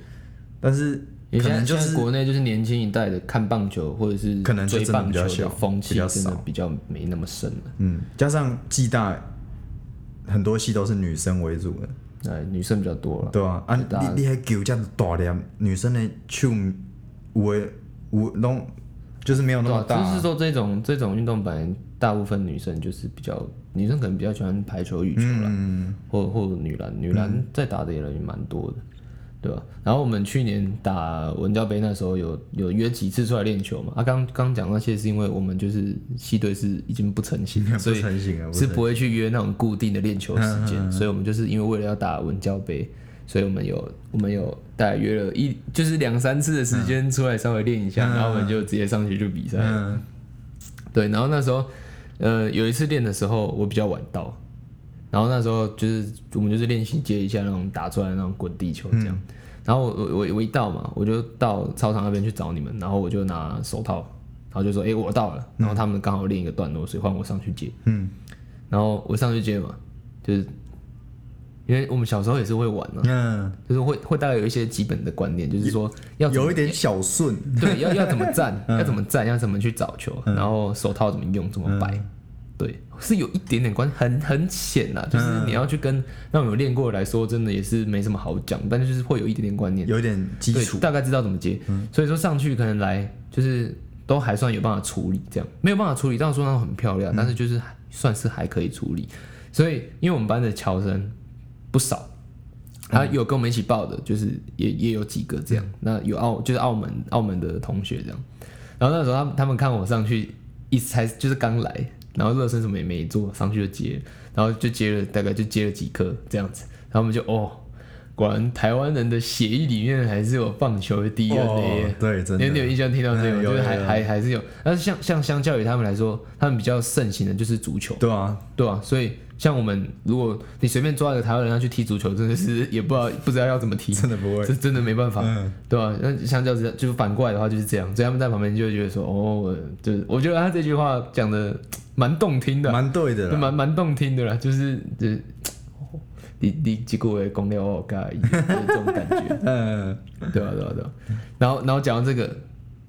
[SPEAKER 2] 但是
[SPEAKER 1] 因为
[SPEAKER 2] 可
[SPEAKER 1] 现在
[SPEAKER 2] 能就
[SPEAKER 1] 现在
[SPEAKER 2] 是
[SPEAKER 1] 国内就是年轻一代的看棒球或者是
[SPEAKER 2] 可能就
[SPEAKER 1] 追
[SPEAKER 2] 真的
[SPEAKER 1] 棒
[SPEAKER 2] 比
[SPEAKER 1] 球
[SPEAKER 2] 较
[SPEAKER 1] 的
[SPEAKER 2] 小
[SPEAKER 1] 风
[SPEAKER 2] 比
[SPEAKER 1] 气
[SPEAKER 2] 较
[SPEAKER 1] 真的
[SPEAKER 2] 少
[SPEAKER 1] 比较没那么深了。
[SPEAKER 2] 嗯，加上暨大很多戏都是女生为主的，
[SPEAKER 1] 哎，女生比较多了。
[SPEAKER 2] 对吧、啊？
[SPEAKER 1] 哦大
[SPEAKER 2] 你你还球这样子大粒，女生的手有的有拢就是没有那
[SPEAKER 1] 对
[SPEAKER 2] 么
[SPEAKER 1] 啊，
[SPEAKER 2] 大、
[SPEAKER 1] 就是说这种这种运动，本来大部分女生就是比较，女生可能比较喜欢排球、羽球啦，
[SPEAKER 2] 嗯
[SPEAKER 1] 或或女篮，女篮在打的也人也蛮多的，对吧、然后我们去年打文教杯那时候有有约几次出来练球嘛，啊刚刚讲那些是因为我们就是系队是已经不成型了，
[SPEAKER 2] 不
[SPEAKER 1] 所以
[SPEAKER 2] 成型啊，嗯不
[SPEAKER 1] 是不会去约那种固定的练球时间，所以我们就是因为为了要打文教杯，所以我们有我们有大概约了一就是两三次的时间出来稍微练一下，然后我们就直接上去就比赛。
[SPEAKER 2] 嗯，
[SPEAKER 1] 对，然后那时候呃有一次练的时候我比较晚到，然后那时候就是我们就是练习接一下那种打出来的那种滚地球这样。
[SPEAKER 2] 嗯
[SPEAKER 1] 然后我我我我一到嘛，我就到操场那边去找你们，然后我就拿手套，然后就说：“哎、我到了。”然后他们刚好练一个段落，所以换我上去接。
[SPEAKER 2] 嗯，
[SPEAKER 1] 然后我上去接嘛，就是因为我们小时候也是会玩啊，
[SPEAKER 2] 嗯，
[SPEAKER 1] 就是会会大概有一些基本的观念，就是说要怎么
[SPEAKER 2] 有一点嗯小顺，
[SPEAKER 1] *laughs* 对要要怎么
[SPEAKER 2] *laughs*
[SPEAKER 1] 站，要怎么站，要怎么去找球，然后手套怎么用，怎么
[SPEAKER 2] 嗯
[SPEAKER 1] 摆。对，是有一点点关，很很浅呐、就是
[SPEAKER 2] 嗯
[SPEAKER 1] 你要去跟让有练过的来说，真的也是没什么好讲，但是就是会有一点点观念，
[SPEAKER 2] 有一点基
[SPEAKER 1] 对，
[SPEAKER 2] 础，嗯
[SPEAKER 1] 大概知道怎么接。所以说上去可能来就是都还算有办法处理，这样没有办法处理到说那种很漂
[SPEAKER 2] 嗯
[SPEAKER 1] 亮，但是就是还算是还可以处理。所以因为我们班的侨生不少，
[SPEAKER 2] 嗯
[SPEAKER 1] 他有跟我们一起报的，就是也也有几个这样，那有澳就是澳门澳门的同学这样。然后那时候他们他们看我上去，一才就是刚来，然后热身什么也没做，上去就接，然后就接了大概就接了几颗这样子，然后我们就哦，果然台湾人的血液里面还是有棒球的 DNA 耶。
[SPEAKER 2] 哦，对，真
[SPEAKER 1] 你有你
[SPEAKER 2] 的，
[SPEAKER 1] 有印象听到这个吗？
[SPEAKER 2] 嗯
[SPEAKER 1] 就
[SPEAKER 2] 有
[SPEAKER 1] 是还
[SPEAKER 2] 有有
[SPEAKER 1] 还还是有，但是像像相较于他们来说，他们比较盛行的就是足球，
[SPEAKER 2] 对啊，
[SPEAKER 1] 对啊，所以像我们，如果你随便抓一个台湾人要去踢足球，真的是也不知道不知道要怎么踢，
[SPEAKER 2] 真的 *laughs* 不会
[SPEAKER 1] 这，真的没办法，对啊，那相较之下，就是反过来的话就是这样，所以他们在旁边就会觉得说，哦，我就是我觉得他这句话讲的蛮动听的啊，
[SPEAKER 2] 嗯蛮对的
[SPEAKER 1] 就
[SPEAKER 2] 啦，
[SPEAKER 1] 蛮蛮动听的啦，就是就是，哦你你结果也公了我尬，就是这种感觉，
[SPEAKER 2] 嗯，
[SPEAKER 1] 对啊，对啊，对啊。然后，然后讲到这个，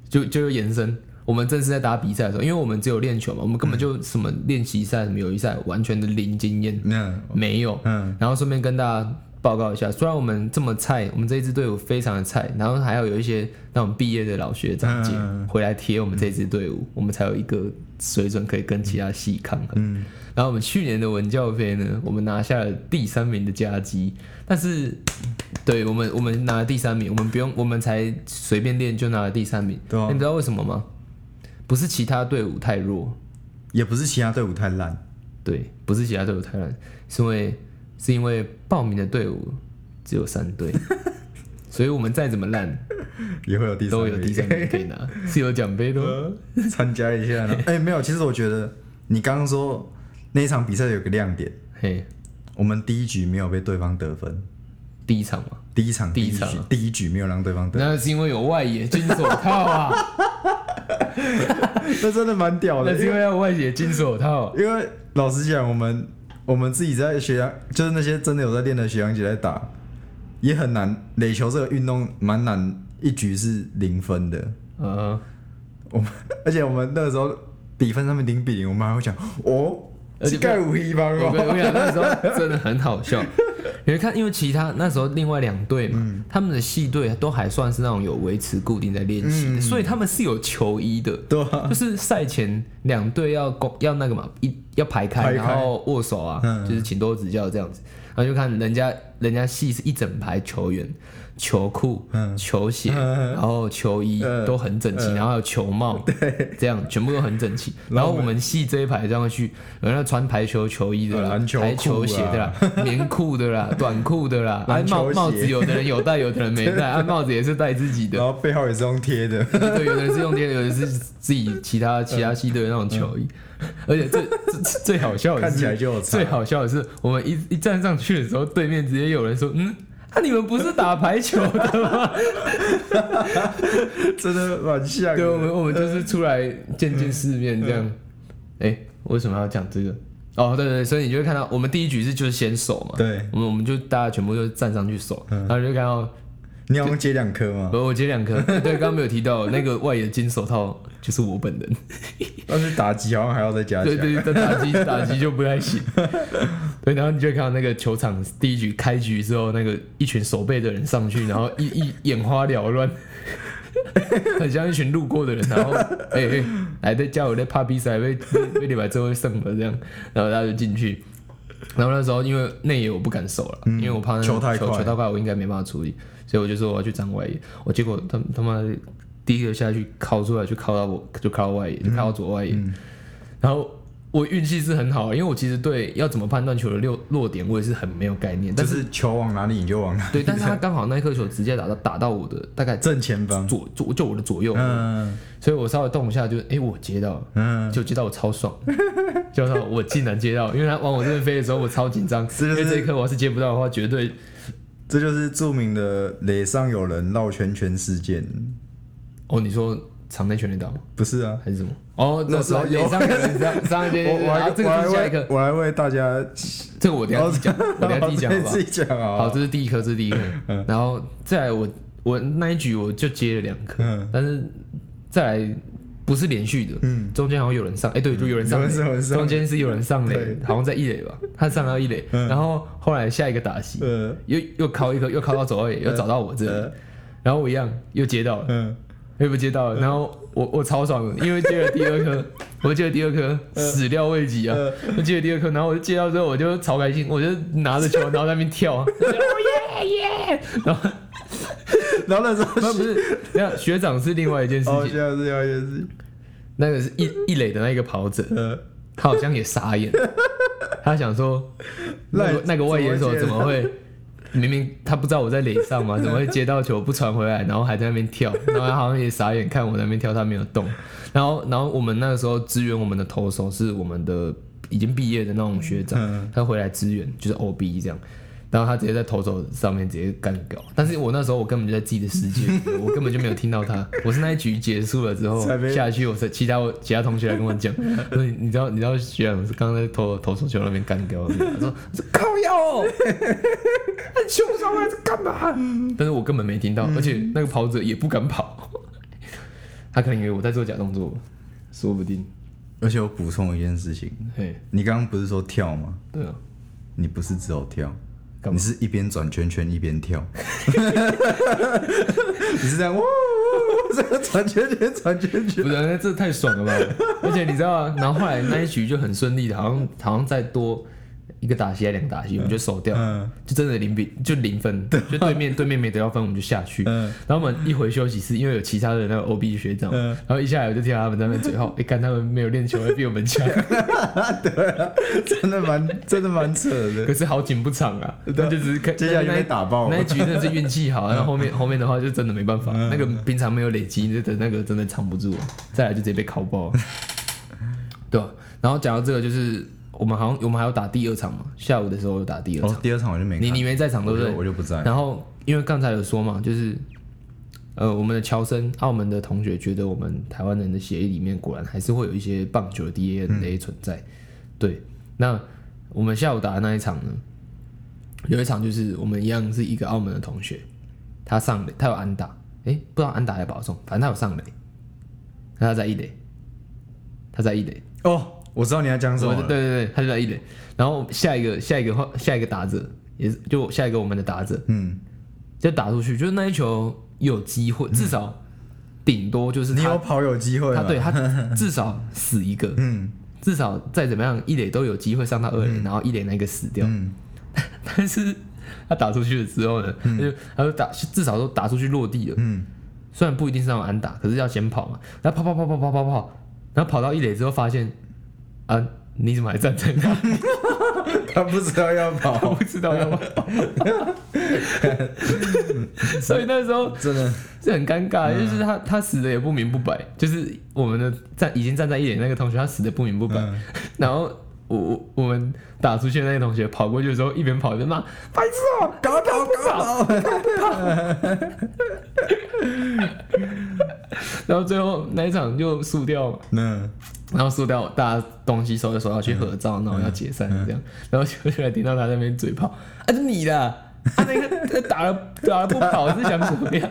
[SPEAKER 1] 就就有延伸。我们正式在打比赛的时候，因为我们只有练球嘛，我们根
[SPEAKER 2] 嗯
[SPEAKER 1] 本就什么练习赛、什么友谊赛，完全的零经验，
[SPEAKER 2] 那
[SPEAKER 1] 没有。
[SPEAKER 2] 嗯，
[SPEAKER 1] 然后顺便跟大家报告一下，虽然我们这么菜，我们这一支队伍非常的菜，然后还要有一些那种毕业的老学长姐
[SPEAKER 2] 嗯
[SPEAKER 1] 回来贴我们这支队伍，我们才有一个水准可以跟其他系抗衡。
[SPEAKER 2] 嗯
[SPEAKER 1] 然后我们去年的文教杯呢，我们拿下了第三名的佳绩，但是对我们我们拿了第三名，我们不用我们才随便练就拿了第三名，哎
[SPEAKER 2] 对啊
[SPEAKER 1] 你知道为什么吗？不是其他队伍太弱，
[SPEAKER 2] 也不是其他队伍太烂，
[SPEAKER 1] 对，不是其他队伍太烂，是因为是因为报名的队伍只有三
[SPEAKER 2] *laughs*
[SPEAKER 1] 队，所以我们再怎么烂
[SPEAKER 2] 也会有第三嗯
[SPEAKER 1] 都
[SPEAKER 2] 名，
[SPEAKER 1] 有第三名可以
[SPEAKER 2] *laughs*
[SPEAKER 1] 拿，是有奖杯的哦。
[SPEAKER 2] 参加一
[SPEAKER 1] *laughs*
[SPEAKER 2] 下呢。哎、没有，其实我觉得你刚刚说那一场比赛有个亮点，
[SPEAKER 1] 嘿，
[SPEAKER 2] 我们第一局没有被对方得分，
[SPEAKER 1] 第一场嘛，
[SPEAKER 2] 第一场
[SPEAKER 1] 第一
[SPEAKER 2] 局
[SPEAKER 1] 场啊
[SPEAKER 2] 第一局没有让对方得，
[SPEAKER 1] 那是因为有外野金手套
[SPEAKER 2] *laughs*
[SPEAKER 1] 啊， *laughs*
[SPEAKER 2] 那真的蛮屌的
[SPEAKER 1] 那，是因
[SPEAKER 2] 因
[SPEAKER 1] 为
[SPEAKER 2] 为
[SPEAKER 1] 要外野金手套。
[SPEAKER 2] 因为老实讲，我们我们自己在学长，就是那些真的有在练的学长姐在打，也很难。垒球这个运动蛮难，一局是零分的，
[SPEAKER 1] 呃，
[SPEAKER 2] 我们 *laughs* 而且我们那个时候比分上面零比零，我们还会讲哦，
[SPEAKER 1] 而且
[SPEAKER 2] 盖五一帮
[SPEAKER 1] 我跟
[SPEAKER 2] 哦， *laughs*
[SPEAKER 1] 我跟你讲，那时候真的很好笑，你会看，因为其他那时候另外两队嘛，
[SPEAKER 2] 嗯
[SPEAKER 1] 他们的系队都还算是那种有维持固定在练习的，
[SPEAKER 2] 嗯
[SPEAKER 1] 所以他们是有球衣的。
[SPEAKER 2] 对 *laughs* 啊，
[SPEAKER 1] 就是赛前两队要公要那个嘛，一要排开，
[SPEAKER 2] 排开
[SPEAKER 1] 然后握手啊，
[SPEAKER 2] 嗯
[SPEAKER 1] 就是请多指教这样子。然后就看人家人家系是一整排球员，球裤、
[SPEAKER 2] 嗯
[SPEAKER 1] 球鞋，
[SPEAKER 2] 嗯
[SPEAKER 1] 然后球衣
[SPEAKER 2] 嗯
[SPEAKER 1] 都很整齐，然后还有球
[SPEAKER 2] *laughs*
[SPEAKER 1] 帽，这样全部都很整齐。然后我们系这一排这样去，有那穿排球球衣的啦，
[SPEAKER 2] 呃篮球裤啊
[SPEAKER 1] 排球鞋的
[SPEAKER 2] *laughs*
[SPEAKER 1] 啦，棉裤的啦，短裤的啦，啊
[SPEAKER 2] 篮球
[SPEAKER 1] 帽帽子
[SPEAKER 2] 鞋
[SPEAKER 1] 有的人有戴，有的人没戴，啊帽子也是戴自己的
[SPEAKER 2] 然，后背后也是用
[SPEAKER 1] *laughs*
[SPEAKER 2] 贴的，
[SPEAKER 1] 对，有的人是用贴的，有的是自己其他
[SPEAKER 2] 嗯
[SPEAKER 1] 其他系队的那种球衣，而且最最最最好笑的哦是，
[SPEAKER 2] 看起来就有差
[SPEAKER 1] 最好笑的是，我们一一站上去的时候，对面直接有人说，嗯。那、你们不是打排球的
[SPEAKER 2] *laughs*
[SPEAKER 1] 吗？
[SPEAKER 2] 真的蛮像
[SPEAKER 1] 对，我
[SPEAKER 2] 的。
[SPEAKER 1] 们我们就是出来见见世面这样。
[SPEAKER 2] 嗯
[SPEAKER 1] 哎、为什么要讲这个？哦，对对对，所以你就会看到，我们第一局是就是先守嘛，
[SPEAKER 2] 对，嗯
[SPEAKER 1] 我们我们就大家全部就站上去守，然后就看
[SPEAKER 2] 哦
[SPEAKER 1] 到
[SPEAKER 2] 你好像接两颗吗？
[SPEAKER 1] 我我接两颗， *laughs* 对，刚刚没有提到那个外野金手套就是我本人，
[SPEAKER 2] 但是打击好像还要再加
[SPEAKER 1] 对
[SPEAKER 2] 强。
[SPEAKER 1] 对，对，打击打击就不太行。 *laughs* 对，然后你就会看到那个球场第一局开局之后，那个一群守备的人上去，然后一一眼花缭乱， *laughs* 很像一群路过的人，然后哎哎、来在加油在怕比赛，被被被李白最后胜了这样，然后大家就进去。然后那时候因为内野我不敢守了，因为我怕那个
[SPEAKER 2] 嗯球太
[SPEAKER 1] 球
[SPEAKER 2] 快
[SPEAKER 1] 球太快，我应该没办法处理，所以我就说我要去站外野。我结果他他妈的第一个下去靠出来，就靠到我就靠到外野，
[SPEAKER 2] 嗯
[SPEAKER 1] 就靠到左外野。然后我运气是很好，因为我其实对要怎么判断球的落落点，我也是很没有概念。但
[SPEAKER 2] 就是是球往哪里你就往哪里，
[SPEAKER 1] 对，但是他刚好那颗球直接打到打到我的大概
[SPEAKER 2] 正前方。
[SPEAKER 1] 左左就我的左右，
[SPEAKER 2] 嗯
[SPEAKER 1] 所以我稍微动一下就哎、诶我接到了。
[SPEAKER 2] 嗯，
[SPEAKER 1] 就接到我超爽，接到我竟然接到，因为他往我这边飞的时候我超紧张，
[SPEAKER 2] 这
[SPEAKER 1] 因
[SPEAKER 2] *laughs* 就是
[SPEAKER 1] 为这一颗我要是接不到的话，绝对
[SPEAKER 2] 这就是著名的“垒上有人绕圈圈”事件。
[SPEAKER 1] 哦你说场内全垒打吗？
[SPEAKER 2] 不是啊，
[SPEAKER 1] 还是什么？哦，
[SPEAKER 2] 那时候有
[SPEAKER 1] 上一个上
[SPEAKER 2] *laughs*
[SPEAKER 1] 上一
[SPEAKER 2] 我
[SPEAKER 1] 节，
[SPEAKER 2] 我
[SPEAKER 1] 啊
[SPEAKER 2] 还
[SPEAKER 1] 这
[SPEAKER 2] 我
[SPEAKER 1] 个
[SPEAKER 2] 还
[SPEAKER 1] 是下一个
[SPEAKER 2] 为，我还为大家，
[SPEAKER 1] 这个我等一下自己讲，我等一下自
[SPEAKER 2] *laughs*
[SPEAKER 1] 己讲好不好
[SPEAKER 2] 自？己讲嗯啊。
[SPEAKER 1] 好，这是第一颗，这是第一颗，然后再来我我那一局我就接了两颗，
[SPEAKER 2] 嗯
[SPEAKER 1] 但是再来不是连续的，
[SPEAKER 2] 嗯
[SPEAKER 1] 中间好像有人上，哎、对，就有人上
[SPEAKER 2] 有人上有
[SPEAKER 1] 垒，
[SPEAKER 2] 人上
[SPEAKER 1] 中间是有人上垒
[SPEAKER 2] 对，
[SPEAKER 1] 好像在一垒吧，他上到一垒，
[SPEAKER 2] 嗯
[SPEAKER 1] 然后后来下一个打席、
[SPEAKER 2] 呃
[SPEAKER 1] 又又敲一颗，又敲到左垒，又找到我这里，
[SPEAKER 2] 呃
[SPEAKER 1] 然后我一样又接到了，
[SPEAKER 2] 嗯，
[SPEAKER 1] 又被接到了，然后我我超爽的，因为接了第二颗，我接了第二颗，始料未及啊
[SPEAKER 2] 呃，
[SPEAKER 1] 我接了第二颗，然后我就接到之后我就超开心，我就拿着球然后在那边跳啊，我就哦耶耶，然后
[SPEAKER 2] 然后那时
[SPEAKER 1] 不
[SPEAKER 2] 候
[SPEAKER 1] 是不是，这样学长是另外一件事
[SPEAKER 2] 哦，
[SPEAKER 1] 情，
[SPEAKER 2] 现在是要件事情，
[SPEAKER 1] 那个是一一垒的那个跑者，
[SPEAKER 2] 呃，
[SPEAKER 1] 他好像也傻 *laughs* 眼，他想说那个
[SPEAKER 2] 赖
[SPEAKER 1] 那个外野手怎
[SPEAKER 2] 怎
[SPEAKER 1] 么
[SPEAKER 2] 么
[SPEAKER 1] 会？明明他不知道我在垒上嘛，怎么会接到球不传回来，然后还在那边 *laughs* 跳，然后他好像也傻眼看我在那边跳，他没有动。然后，然后我们那个时候支援我们的投手是我们的已经毕业的那种学长，
[SPEAKER 2] 嗯
[SPEAKER 1] 他回来支援就是 OB 这样。然后他直接在投手上面直接干掉，但是我那时候我根本就在自己的世界里，我根本就没有听到他。我是那一局结束了之后
[SPEAKER 2] 才被
[SPEAKER 1] 下去，我是其他我其他同学来跟我讲，说你你知道你知道学长是刚刚在投投手球那边干掉，他说这靠腰、哦，很凶上来是干嘛？但是我根本没听到，而且那个跑者也不敢跑， *laughs* 他可能以为我在做假动作吧，说不定。
[SPEAKER 2] 而且我补充一件事情，
[SPEAKER 1] 嘿，
[SPEAKER 2] 你刚刚不是说跳吗？
[SPEAKER 1] 对啊，
[SPEAKER 2] 你不是只有跳，
[SPEAKER 1] 干嘛
[SPEAKER 2] 你是一边转圈圈一边跳， *laughs* 你是这样，哇，这个转圈圈转圈圈，
[SPEAKER 1] 不是，那这太爽了吧！而且你知道啊，然后后来那一局就很顺利的，好像好像再多一个打席还两个打席，我们就守掉，
[SPEAKER 2] 嗯
[SPEAKER 1] 就真的零比就零分，就对面对面没得到分，我们就下去。
[SPEAKER 2] 嗯
[SPEAKER 1] 然后我们一回休息室，因为有其他的那个 OB 学长，
[SPEAKER 2] 嗯
[SPEAKER 1] 然后一下来我就听到他们在那边嘴炮，哎、看他们没有练球，还比我们强，
[SPEAKER 2] 真的蛮真的蛮扯
[SPEAKER 1] *laughs*
[SPEAKER 2] 的
[SPEAKER 1] 可，是好景不长啊，
[SPEAKER 2] 对
[SPEAKER 1] 那就只是看
[SPEAKER 2] 接下来就
[SPEAKER 1] 那一
[SPEAKER 2] 被打爆
[SPEAKER 1] 那一
[SPEAKER 2] 了，嗯
[SPEAKER 1] 局真的是运气
[SPEAKER 2] *laughs*
[SPEAKER 1] 好，然后后面后面的话就真的没办法，那个平常没有累积的那个真的藏不住啊，再来就直接被烤爆
[SPEAKER 2] *laughs*
[SPEAKER 1] 啊。对啊，然后讲到这个就是我们好像我们还有打第二场嘛，下午的时候有打第二
[SPEAKER 2] 哦
[SPEAKER 1] 场，，
[SPEAKER 2] 第二场我就没
[SPEAKER 1] 你
[SPEAKER 2] 看，
[SPEAKER 1] 你没在场对
[SPEAKER 2] 我
[SPEAKER 1] 不
[SPEAKER 2] 就
[SPEAKER 1] 对？
[SPEAKER 2] 我就不在，
[SPEAKER 1] 然后因为刚才有说嘛，就是呃我们的乔生，澳门的同学觉得我们台湾人的协议里面果然还是会有一些棒球的 DNA 存在。
[SPEAKER 2] 嗯
[SPEAKER 1] 对，那我们下午打的那一场呢，有一场就是我们一样是一个澳门的同学，他上垒，他有安打，诶，不知道安打还是保送，反正他有上垒，那他在一垒，他在一垒。
[SPEAKER 2] 哦，我知道你要讲什
[SPEAKER 1] 我对
[SPEAKER 2] 么了，
[SPEAKER 1] 对对，他就在一垒。然后下一个下一个话下一个打者也是就下一个我们的打者
[SPEAKER 2] 嗯，
[SPEAKER 1] 就打出去，就是那一球有机会，至少顶多就是
[SPEAKER 2] 你有
[SPEAKER 1] 他
[SPEAKER 2] 跑有机会
[SPEAKER 1] 他
[SPEAKER 2] 吗？
[SPEAKER 1] 对他
[SPEAKER 2] *laughs*
[SPEAKER 1] 至少死一个，
[SPEAKER 2] 嗯
[SPEAKER 1] *laughs* 至少再怎么样一垒都有机会上到二垒，然后一垒那个死掉。
[SPEAKER 2] 嗯
[SPEAKER 1] *laughs* 但是他打出去了之后呢，他就他就打至少都打出去落地了，
[SPEAKER 2] 嗯，
[SPEAKER 1] 虽然不一定是那种安打，可是要先跑嘛。然后跑跑跑跑跑跑跑，然后跑到一垒之后发现，啊，你怎么还站在那？
[SPEAKER 2] 他不知道要
[SPEAKER 1] *laughs* 我
[SPEAKER 2] 跑，
[SPEAKER 1] 不知道要吗？所以那时候
[SPEAKER 2] 真的，
[SPEAKER 1] 是很尴尬，就是他他死的也不明不白，就是我们的站已经站在一垒那个同学，他死的不明不白。
[SPEAKER 2] 嗯
[SPEAKER 1] *laughs* 然后我我我们打出去的那个同学跑过去的时候，一边跑一边骂：“白痴哦、
[SPEAKER 2] 搞跑搞跑，
[SPEAKER 1] 然后最后那一场就输掉嘛，
[SPEAKER 2] *laughs* 嗯
[SPEAKER 1] 然后输掉，大家东西收一收要去合照，然后要解散这样，然后就就来听到他在那边嘴炮：“啊，就你的，啊那个打了打了不跑是想怎么样？”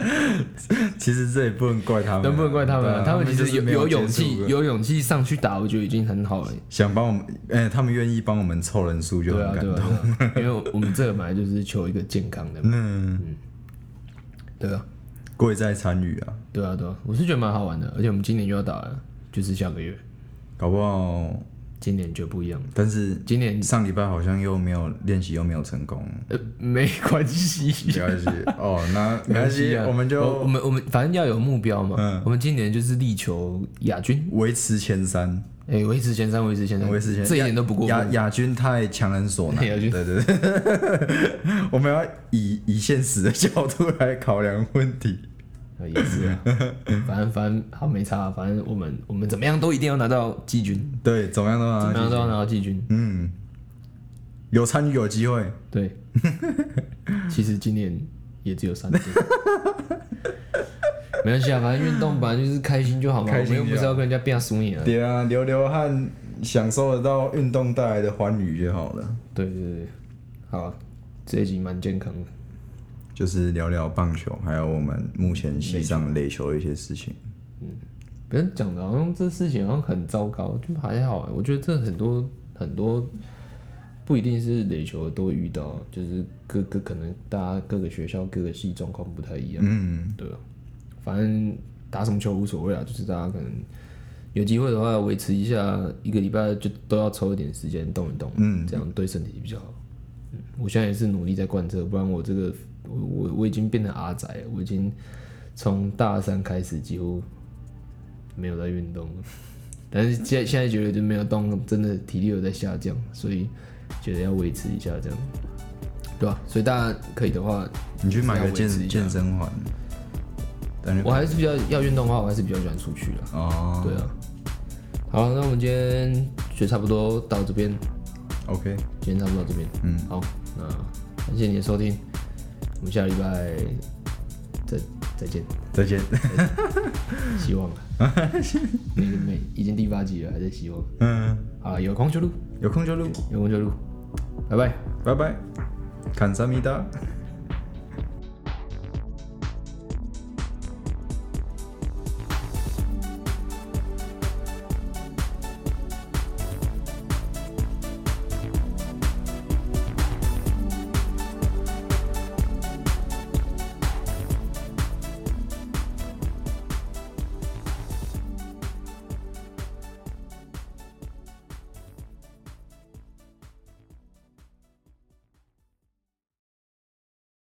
[SPEAKER 2] 其实这也不能怪他们啊，
[SPEAKER 1] 能不能怪他们
[SPEAKER 2] 对
[SPEAKER 1] 啊
[SPEAKER 2] 啊？
[SPEAKER 1] 他们其
[SPEAKER 2] 就
[SPEAKER 1] 实
[SPEAKER 2] 是
[SPEAKER 1] 有
[SPEAKER 2] 没有
[SPEAKER 1] 有勇
[SPEAKER 2] 接触
[SPEAKER 1] 气
[SPEAKER 2] 过，
[SPEAKER 1] 有勇气上去打，我觉得已经很好了。
[SPEAKER 2] 想帮我们，哎、他们愿意帮我们凑人数就
[SPEAKER 1] 对
[SPEAKER 2] 很
[SPEAKER 1] 啊，
[SPEAKER 2] 感
[SPEAKER 1] 对
[SPEAKER 2] 动。
[SPEAKER 1] 啊，对啊 *laughs* 因为我们这个本来就是求一个健康的嘛。
[SPEAKER 2] 嗯，
[SPEAKER 1] 对啊，
[SPEAKER 2] 贵在参与啊，
[SPEAKER 1] 对啊，对啊，我是觉得蛮好玩的，而且我们今年就要打了，就是下个月，
[SPEAKER 2] 搞不好，
[SPEAKER 1] 今年就不一样了。
[SPEAKER 2] 但是
[SPEAKER 1] 今年
[SPEAKER 2] 上礼拜好像又没有练习，又没有成功，
[SPEAKER 1] 呃没关系
[SPEAKER 2] 没，关系哦，那没
[SPEAKER 1] *laughs* 没 *laughs*
[SPEAKER 2] 关系，
[SPEAKER 1] 啊
[SPEAKER 2] 我们
[SPEAKER 1] 我
[SPEAKER 2] 就
[SPEAKER 1] 们我们反正要有目标嘛。
[SPEAKER 2] 嗯
[SPEAKER 1] 我们今年就是力求亚军，
[SPEAKER 2] 维持前三，
[SPEAKER 1] 哎，维持前三，维持前三，
[SPEAKER 2] 维持前
[SPEAKER 1] 这一点都不过
[SPEAKER 2] 亚
[SPEAKER 1] 分。
[SPEAKER 2] 亚军太强人所
[SPEAKER 1] *laughs*
[SPEAKER 2] 难，
[SPEAKER 1] 亚
[SPEAKER 2] 对
[SPEAKER 1] 军
[SPEAKER 2] 对对， *laughs* 我们要以以现实的角度来考量问题。
[SPEAKER 1] 呃也是啊，反正反正好没差啊，反正我们我们怎么样都一定要拿到季军。
[SPEAKER 2] 对，怎么样都
[SPEAKER 1] 怎
[SPEAKER 2] 拿
[SPEAKER 1] 么样都要拿到季军。
[SPEAKER 2] 嗯，有参与有机会， *laughs*
[SPEAKER 1] 对，其实今年也只有三队。没关系啊，反正运动本来就是开心就好嘛，
[SPEAKER 2] 开
[SPEAKER 1] 我
[SPEAKER 2] 心
[SPEAKER 1] 们
[SPEAKER 2] 就好
[SPEAKER 1] 又不是要跟人家变输赢啊。
[SPEAKER 2] 对啊，流流汗，享受得到运动带来的欢愉就好了。
[SPEAKER 1] 对对对，好啊、这一集蛮健康的。
[SPEAKER 2] 就是聊聊棒球，还有我们目前系上垒球的一些事情。
[SPEAKER 1] 别人讲的好像这事情好像很糟糕，就还好啊。我觉得这很多很多不一定是垒球都会遇到，就是各个可能大家各个学校各个系状况不太一样。
[SPEAKER 2] 嗯，
[SPEAKER 1] 对啊，反正打什么球无所谓啊，就是大家可能有机会的话维持一下，一个礼拜就都要抽一点时间动一动，
[SPEAKER 2] 嗯
[SPEAKER 1] 这样对身体比较好。嗯，我现在也是努力在贯彻，不然我这个我我我已经变成阿宅了，我已经从大三开始几乎没有在运动了， *laughs* 但是现在现在觉得就没有动，真的体力有在下降，所以觉得要维持一下这样，对吧、所以大家可以的话，
[SPEAKER 2] 你去买
[SPEAKER 1] 还
[SPEAKER 2] 个
[SPEAKER 1] 是要维持
[SPEAKER 2] 健
[SPEAKER 1] 一下
[SPEAKER 2] 健身环，感觉
[SPEAKER 1] 我还是比较要运动的话，我还是比较喜欢出去啦。
[SPEAKER 2] 哦，
[SPEAKER 1] 对啊。好，那我们今天就差不多到这边，
[SPEAKER 2] o k
[SPEAKER 1] 今天差不多到这边。
[SPEAKER 2] 嗯，
[SPEAKER 1] 好，那感谢你的收听，我们下礼拜再再
[SPEAKER 2] *laughs*
[SPEAKER 1] 见，
[SPEAKER 2] 再见。
[SPEAKER 1] 希望啊。
[SPEAKER 2] *laughs*
[SPEAKER 1] 每个每已经第八集了，还在希望。
[SPEAKER 2] 嗯，
[SPEAKER 1] 好啦有空就录，
[SPEAKER 2] 有空就录，
[SPEAKER 1] 有空就录，拜拜。
[SPEAKER 2] 拜拜，看三米达。